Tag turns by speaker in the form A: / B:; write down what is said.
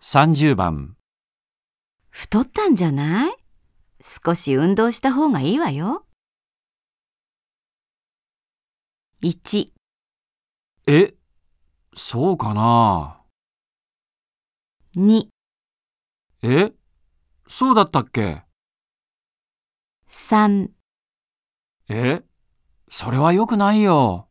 A: 30番
B: 太ったんじゃない少し運動した方がいいわよ。1、
A: えそうかな
B: 2、
A: えそうだったっけ
B: 3
A: えそれは良くないよ。